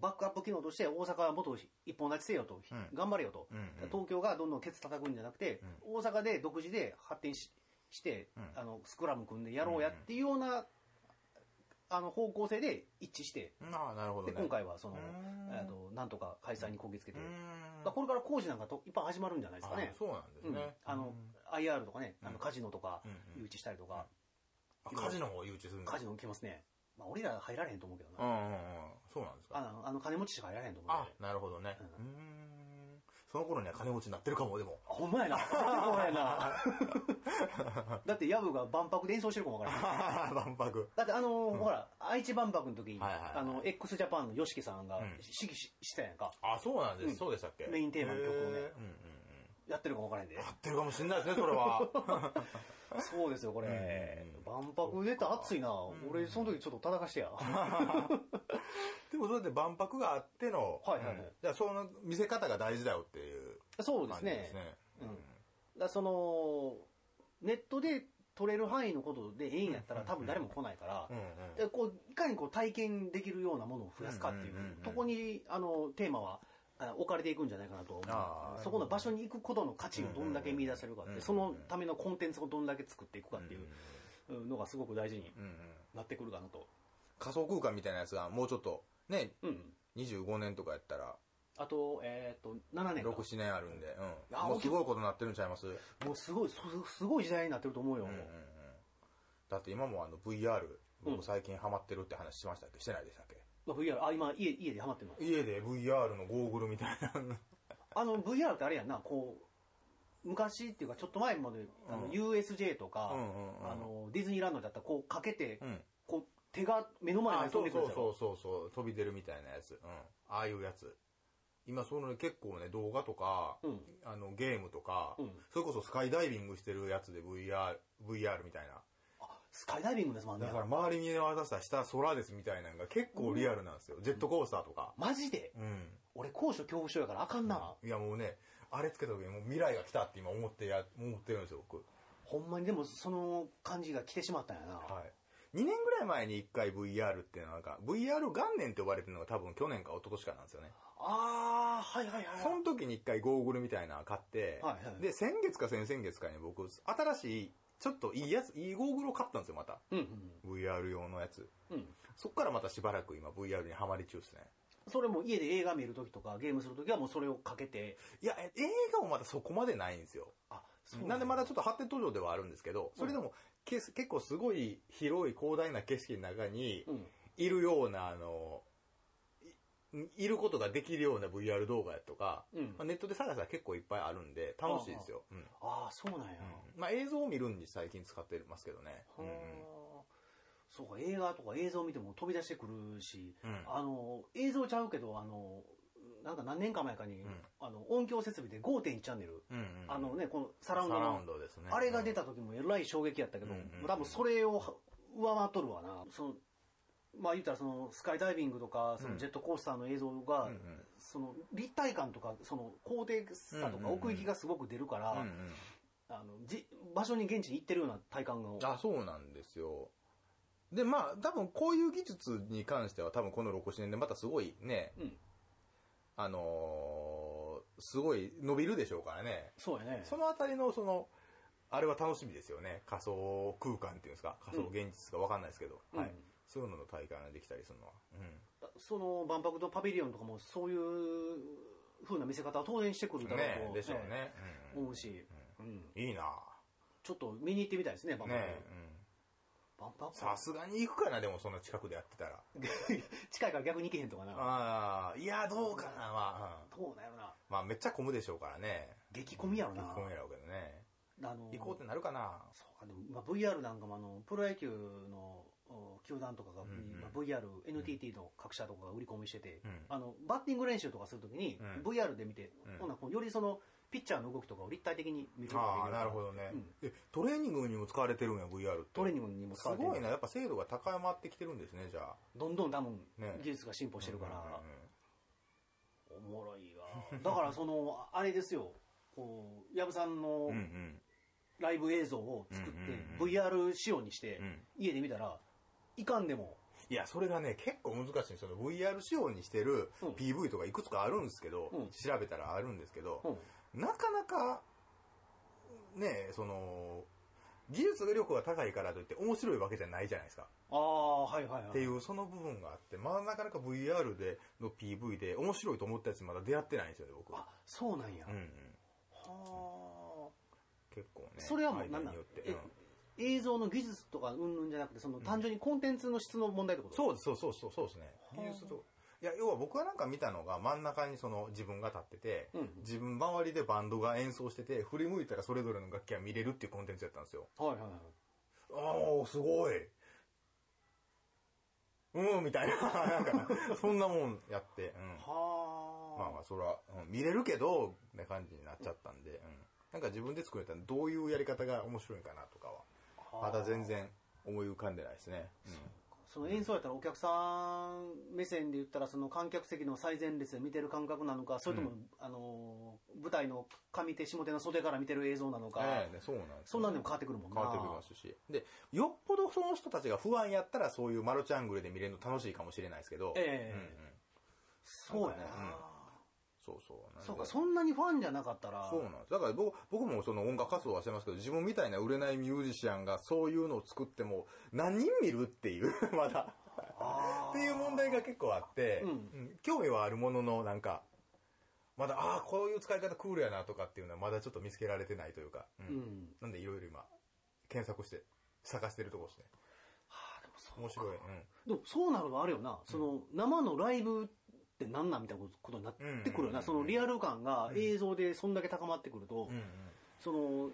バックアップ機能として大阪はもっと一本立ちせよと、うん頑張れよと。うん。うんうん。東京がどんどんケツ叩くんじゃなくて、大阪で独自で発展しして、うんあのスクラム組んでやろうやっていうような、あの方向性で一致して、ああ、なるほどでね。今回はその、うーんあのなんとか開催にこぎつけうて、ーんまあこれから工事なんかといっぱい始まるんじゃないですかねあ。そうなんですうんね。あの、IR とかね、あうのんカジノとかうんう誘ん致したりとか、あカジノを誘致するんだカジノ受けますね。まあ、俺ら入られへんと思うけどうな。んうんうん。そうなんですか。あのあの金持ちしか入られへんと思うあけ、ど。なるほどね。ううーん。その頃には金持ちになってるかも、でも。あほん [laughs] まやな。ほんまやな。だって、ヤブが万博で演奏してるかもわからへん。 [laughs] 万博。だってあのーほら、愛知万博の時に、はいはいはいあの、x ジャパンの YOSHIKI さんがうん指揮し,、したやんか。あ、そうなんです。うんそうでしたっけメインテーマの曲をねへうんうんうん。やってるかもわからへんで合。ってるかもしれないですね、それ [laughs] は。 [laughs] そうですよ、 [laughs] これうん。万博出た熱いな。ん俺、その時ちょっと叩かしてや。でもそうやって万博があっての、はいはいはいうんじゃあその見せ方が大事だよっていうそうで感すじですね。ね。うんだその、ネットで取れる範囲のことでええんやったら多分誰も来ないから、うんうんでこういかにこう体験できるようなものを増やすかっていううんうんうんうんとこにあのテーマはあ置かれていくんじゃないかなと思あうーそこの場所に行くことの価値をどんだけ見出せるかっうんうんうてんそのためのコンテンツをどんだけ作っていくかっていうんうのがすごく大事にうんうんなってくるかなと、仮想空間みたいなやつがもうちょっと、ね、うん、 25年とかやったら、あと,、えー、と7年6、か7年あるんで、うんあもうすごいことになってるんちゃいますもうすごいすすごい時代になってると思うよ、うんうんうんだって今もあの VR、僕最近ハマってるって話しましたっけしてないでしたっけまあ VR あ今家家でハマってるの家で VR のゴーグルみたいなの。あの VR ってあれやんなこう昔っていうかちょっと前まであのうん USJ とか、うんうんうんあのディズニーランドだったらこうかけて、うん。こう、手が目の前まあで飛そんうでくそるんうですそよ。うそうそう、飛び出るみたいなやつ。うん。ああいうやつ。今その結構ね、動画とか、うんあのゲームとか、うんそれこそスカイダイビングしてるやつで VR、VR みたいな。あ、スカイダイビングですもんねだか。ら周り見渡した下空ですみたいなのが結構リアルなんですよ。ジェットコースターとか。マジでうん。俺高所恐怖症やからあかんな。いやもうね、あれつけた時にもう未来が来たって今思ってや、思ってるんですよ、僕。ほんまにでもその感じが来てしまったんやな。はい。2年ぐらい前に1回 VR っていうのはなんか、VR 元年って呼ばれてるのが多分去年か一昨年かなんですよね。あー、はいはいはい。その時に1回ゴーグルみたいなの買って、はいはいで、先月か先々月かに僕、新しい、ちょっといいやつ、いいゴーグルを買ったんですよ、また。うん VR 用のやつ。うん。うん。そっからまたしばらく今 VR にハマり中ですね。それも家で映画見るときとかゲームするときはもうそれをかけて。いや、え映画もまたそこまでないんですよ。あ、なんでまだちちょっと発展途上ではあるんですけど、それでも、け結構すごい広い広大な景色の中にうん。いるような、あの、いいることができるような VR 動画やとか、うんまあ、ネットで探したら結構いっぱいあるんで、楽しいですよ。うんあー、そうなんや。まあ映像を見るんに最近使ってますけどね。はーそうか、映画とか映像見ても飛び出してくるし、うんうんあの、映像ちゃうけど、あの、なんか何年か前かに、うんあの、音響設備で5.1チャンネル、うんうんあのね、このササララウウンンドドの、ですね。あれが出た時もえらい衝撃やったけど、うんうんうん多分それをは上回っとるわな。その、まあ言ったらその、スカイダイビングとか、そうんのジェットコースターの映像うが、んうんその立体感とか、その高低差とうんうかんうん奥行きがすごく出るから、うんうんあのじ場所に現地に行ってるような体感が、あ、そうなんですよ。で、まあ、多分こういう技術に関しては多分この6、7年でまたすごいね、うん、あのーすごい伸びるでしょうからね。そうやね。そのあたりの、その、あれは楽しみですよね。仮想空間っていうんですか、仮想現実かわかんないですけど、うんはい。そういうのの体感ができたりするのは。うんその万博とパビリオンとかもそういう風な見せ方は当然してくるだろうと、ねでしょうね。うん思うし、うん、いいなちょっと見に行ってみたいですね、万博。ねうん万博さすがに行くかな、でもそんな近くでやってたら。近いから逆に行けへんとかな。ああ、いや、どうかな、まあ。うんどうなんやろな。まあ、めっちゃ混むでしょうからね。激混みやろな。激混むやろうけどね。あの行こうってなるかな。そうかでもまあ、VR なんかもあのプロ野球のお球団とかが、うんうんまあ VR、NTT の各社とかが売り込みしてて、うんあのバッティング練習とかするときにうん VR で見て、うんほなこうよりそのピッチャーの動きとかを立体的に見ることができああ、るなるほどねうん。え、トレーニングにも使われてるんや、VR って。トレーニングにもす使われてるごいな、やっぱ精度が高まってきてるんですね、じゃあ。どんどん多分ね技術が進歩してるから、うんうんうんおもろいわだからそのあれですよこう矢部さんのうんうんライブ映像を作ってうんうんうん VR 仕様にしてうん家で見たらいかんでもいや、それがね、結構難しいんですよ。VR 仕様にしてるうん PV とかいくつかあるんですけど、うん調べたらあるんですけど、うんなかなか、ね、その、技術力が高いからといって面白いわけじゃないじゃないですか。ああはいはいはいっていうその部分があって、まあなかなか VR での PV で面白いと思ったやつまだ出会ってないんですよね、僕。あそうなんや、うんうん。は結構ね。あそれはもうア何イデなんアによってえうん映像の技術とかうんんじゃなくてその単純にコンテンツの質の問題ってことそうです、そうそうそう、そうですね。はあ技術と。いや、要は僕はなんか見たのが真ん中にその自分が立ってて、うん自分周りでバンドが演奏してて、振り向いたらそれぞれの楽器が見れるっていうコンテンツやったんですよ。はいはいはいああ、すごい。うん、みたいな。なんか、そんなもんやって、うん。はあ、まあまあ、それは、うん見れるけど、な感じになっちゃったんで、うん。なんか自分で作れたらどういうやり方が面白いんかなとかは、はまあだ全然思い浮かんでないですね。うんその演奏やったらお客さん目線で言ったらその観客席の最前列で見てる感覚なのかそれとも、うあのー舞台の上手下手の袖から見てる映像なのか、ええね、そうなんですよそんなんでも変わってくるもんな変わってくるますし。で、よっぽどその人たちが不安やったら、そういうマルチアングルで見れるの楽しいかもしれないですけど。ええうんうんそうやな、なんかねそうそう。なんでそうかそんなにファンじゃなかったらそうなんです。だから僕僕もその音楽活動はしてますけど、自分みたいな売れないミュージシャンがそういうのを作っても何人見るっていう、 [laughs] まだ。あーっていう問題が結構あって、うんん興味はあるものの、なんか、まだ、ああ、こういう使い方クールやなとかっていうのはまだちょっと見つけられてないというか。うんうんなんでいろいろ今、検索して、探してるところですね。はあでもそうか面白い。うん。でもそうなるとあるよな、その生のライブってなんなんみたいなことになってくるよな、うんそのリアル感が映像でそんだけ高まってくると、うんうんそ [laughs] の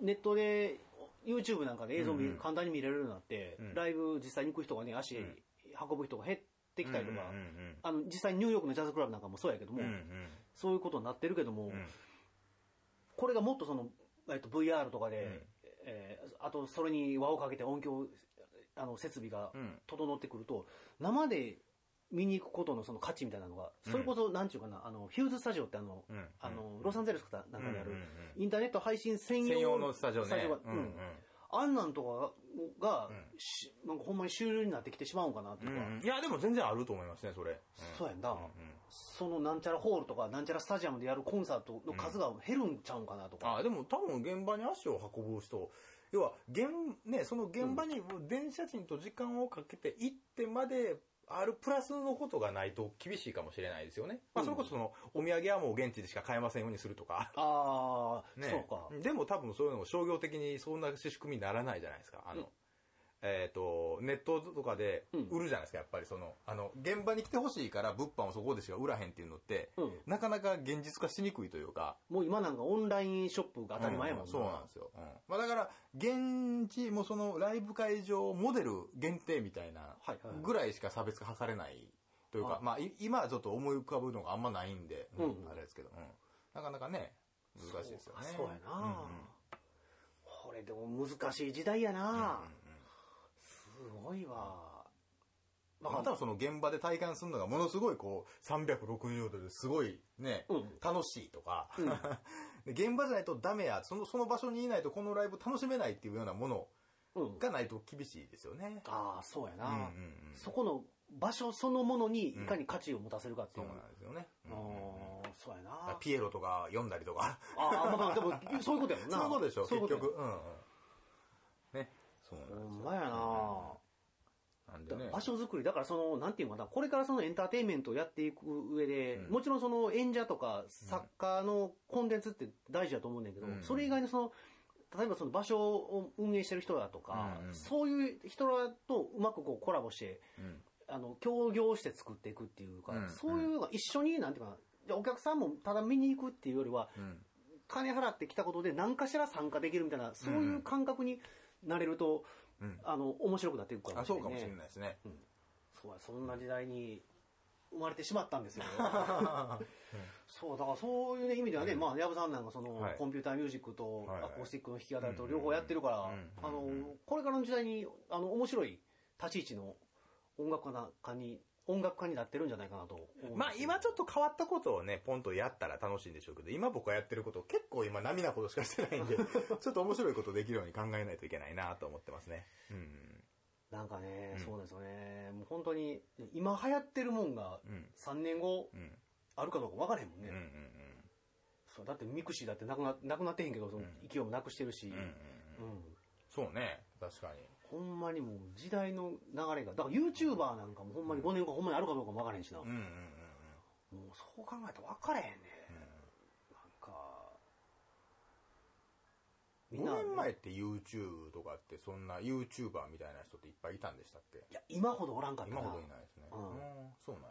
ネットで YouTube なんかで映像見うんうん簡単に見れるようになって、うんライブ実際に行く人がね足うん運ぶ人が減ってきたりとか、うんうんあの実際にニューヨークのジャズクラブなんかもそうやけども、うんうんそういうことになってるけども、うんうんこれがもっとその、えっと、VR とかで、うんえーあとそれに輪をかけて音響あの設備がうん整ってくると、生で見に行くことのその価値みたいなのが、うんそれこそ、なんちゅうかな、あの、ヒューズスタジオってあの、うんあの、ロサンゼルスかなんかにあうんるうん、インターネット配信専用専用のスタジオね。がうんううんんあんなんとかが、うんしなんかほんまに終了になってきてしまうんかなとか、うんうんいや、でも全然あると思いますね、それ。そうやんな、うんうんそのなんちゃらホールとか、なんちゃらスタジアムでやるコンサートの数が減るんちゃうんかなとか。あ、でも多分現場に足を運ぶ人、要は、現、ね、その現場に電車賃と時間をかけて行ってまで、あるプラスのことがないと厳しいかもしれないですよね。まあ、それこそその、お土産はもう現地でしか買えませんようにするとか。ああ、ねそうか。でも多分そういうのも商業的にそんな仕組みにならないじゃないですか。あの、うんえっ、と、ネットとかでうん売るじゃないですか、やっぱりその、あの、現場に来てほしいから物販をそこでしか売らへんっていうのって、うん。なかなか現実化しにくいというか。もう今なんかオンラインショップが当たり前やもんうそうなんですよ。うんまあだから、現地もそのライブ会場モデル限定みたいなはいはいぐらいしか差別化されないというか、あまあい今はちょっと思い浮かぶのがあんまないんで、うんうんあれですけど、うんなかなかね、難しいですよね。そうかそうやな、うんうんこれでも難しい時代やな、うんうんすごいわ。まあ、またはその現場で体感するのがものすごいこう、360度ですごいね、うん。楽しいとか、うんで現場じゃないとダメや、その、その場所にいないとこのライブ楽しめないっていうようなものうん。がないと厳しいですよね。 [laughs] ああ、そうやな、うんうんうんそこの場所そのものにいかに価値を持たせるかってそいうう。なんですよね。あーそうやだかな。らピエロとか読んだりとか、ああ、まあまあ、でも、そういうことやもんな。 [laughs] そういうことでしょ、そうい結うこと局。うんうん。ね。そうやなんほですんよ。まやな。なんだかでねら。場所作り、だからその、なんていうのかな、これからそのエンターテインメントをやっていく上で、うんもちろんその演者とか作家のコンテンツって大事だと思うんだけど、うんそれ以外にその、例えばその場所を運営してる人だとか、うんうんそういう人らとうまくこうコラボして、うんあの、協業して作っていくっていうか、うんそういうのが一緒に、なんていうかな、じゃあお客さんもただ見に行くっていうよりは、うん金払ってきたことで何かしら参加できるみたいな、そういう感覚になれると、うんあの、面白くなっていくかもあ、しれそなうい、ね。かもしれないですね。そうやそんな時代に生まれてしまったんですよ。 [laughs] そう、だからそういうね意味ではね、うんまあ、矢部さんなんかその、はいコンピューターミュージックとはいアコースティックの弾き語りと両方やってるから、うんあのうん、これからの時代に、あの、面白い立ち位置の音楽家に、音楽家になってるんじゃないかなと思うんですよまあ今ちょっと変わったことをね、ポンとやったら楽しいんでしょうけど、今僕がやってること結構今波なことしかしてない [laughs] んで、ちょっと面白いことできるように考えないといけないなと思ってますね。うん。なんかね、うんそうなんですよね。もう本当に、今流行ってるもんがうん。 3年後うん。あるかどうか分からへんもんうん。ね。うん。そうだってミクシーだってなくななくなってへんけど、そのうん勢いもなくしてるし、うん。うん。うんそうね。確かに。ほんまにもう時代の流れが、だから YouTuber なんかもほんまに5年後ほんまにあるかどうかも分からへんしな。うん。うん。うん。もうそう考えたら分からへんね。なんか、みんな、 5年前って YouTube とかってそんな YouTuber みたいな人っていっぱいいたんでしたっけいや、今ほどおらんかった今な。ほどいないですね。ううんん。そうなんや。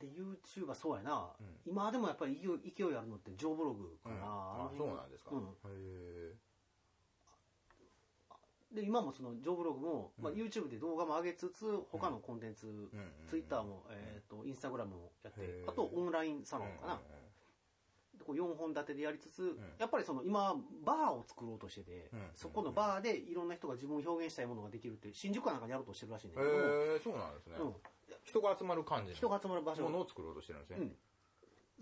で、YouTuber そうやな。うん今でもやっぱり勢い勢いあるのってジョーブログかな。うんあのあ、辺そうなんですか。うんへえ。で、今もそのジョーブログも、まあ、うん YouTube で動画も上げつつ、他のコンテンツ、うんうんうん。 Twitter も、えっ、と、Instagram もやってへえ、あとオンラインサロンかな。うんでこう4本立てでやりつつ、んやっぱりその今、バーを作ろうとしてて、うんそこのバーでいろんな人が自分を表現したいものができるっていう、新宿かなんかにやろうとしてるらしいんだうんけど、うんへえ、そうなんですね。うん、人が集まる感じの人が集まる場もの所、を作ろうとしてるんですね。うん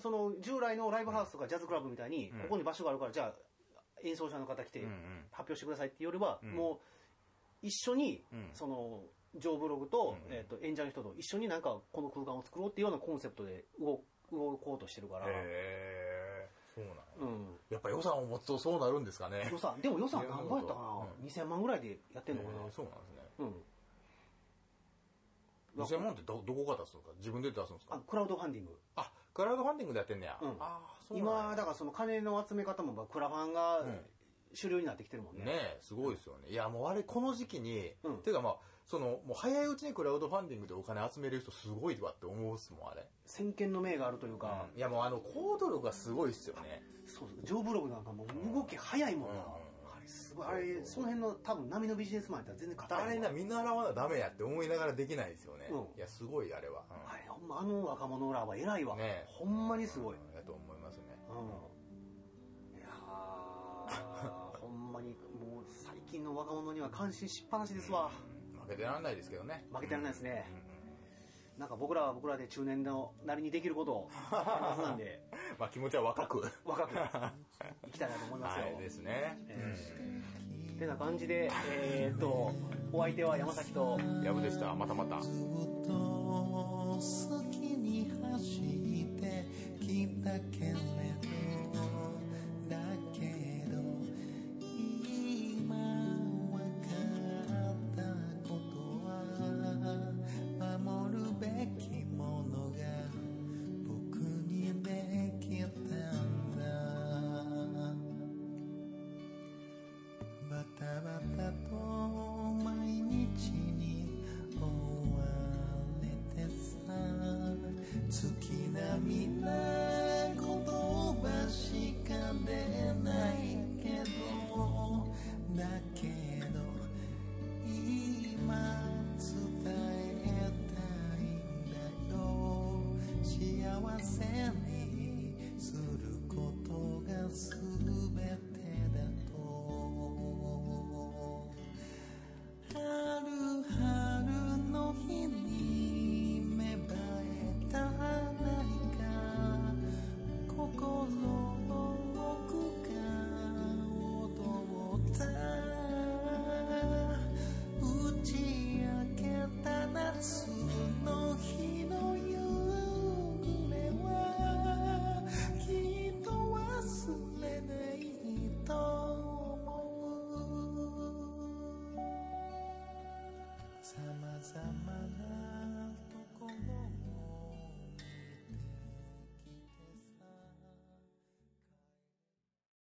その従来のライブハウスとかジャズクラブみたいに、うんここに場所があるから、じゃあ演奏者の方来てうん発表してくださいっていうよりは、うんもう一緒に、うんうんその、ジョーブログと,、うんえっと演者の人と一緒になんかこの空間を作ろうっていうようなコンセプトで動動こうとしてるから、へーそうなんやうん、やっぱ予算を持つとそうなるんですかね予。算、でも予算何倍やったかな、う ?2000 万ぐらいでやってんのかな、へーそうなんですね。うん。 2000万ってど、どこが出すのか自分で出すんですあか、クラウドファンディング。あ、クラウドファンディングでやってんねや。うんあーそうなんや今、だからその金の集め方も、まあクラファンがうん主流になってきてるもんね。ねえすごいですよね。いや、もうあれ、この時期に、うんていうかまあ、その、もう早いうちにクラウドファンディングでお金集めれる人すごいわって思うっすもん、あれ。先見の明があるというか、いや、もうあの、行動力がすごいっすよね。そうそう、ジョーブログなんかもう動き早いもんな。うんあれすごい、あれ、その辺の多分波のビジネスマンやったら全然勝たあないもれんな、見習わなダメやって思いながらできないですよね。うんいや、すごい、あれは。うんあれ、ほんま、あの若者らは偉いわ。ねえほんまにすごい。うんだと思いますね。うんいや [laughs] ーほんまにもう最近の若者には感心しっぱなしですわ、うん負けてらんないですけどね。負けてらんないですねうんうんなんか僕らは僕らで中年のなりにできること [laughs] をやるはずなんでうんまあ気持ちは若く。若くいきたいなと思いますよ、はい、ですね。てな感じでえーっとお相手は山崎とうんやぶでした。またまた。ずっと好きに走ってきたけれどだけど今わかったことは守るべきものが僕にできたんだバタバタと毎日に追われてさ月並みな言葉しか出ないけどだけど今伝えたいんだよ幸せにすることが全てだと春春の日に芽生えた花が心の奥が踊った打ち明けた夏の日の夕暮れはきっと忘れないと思うさまざま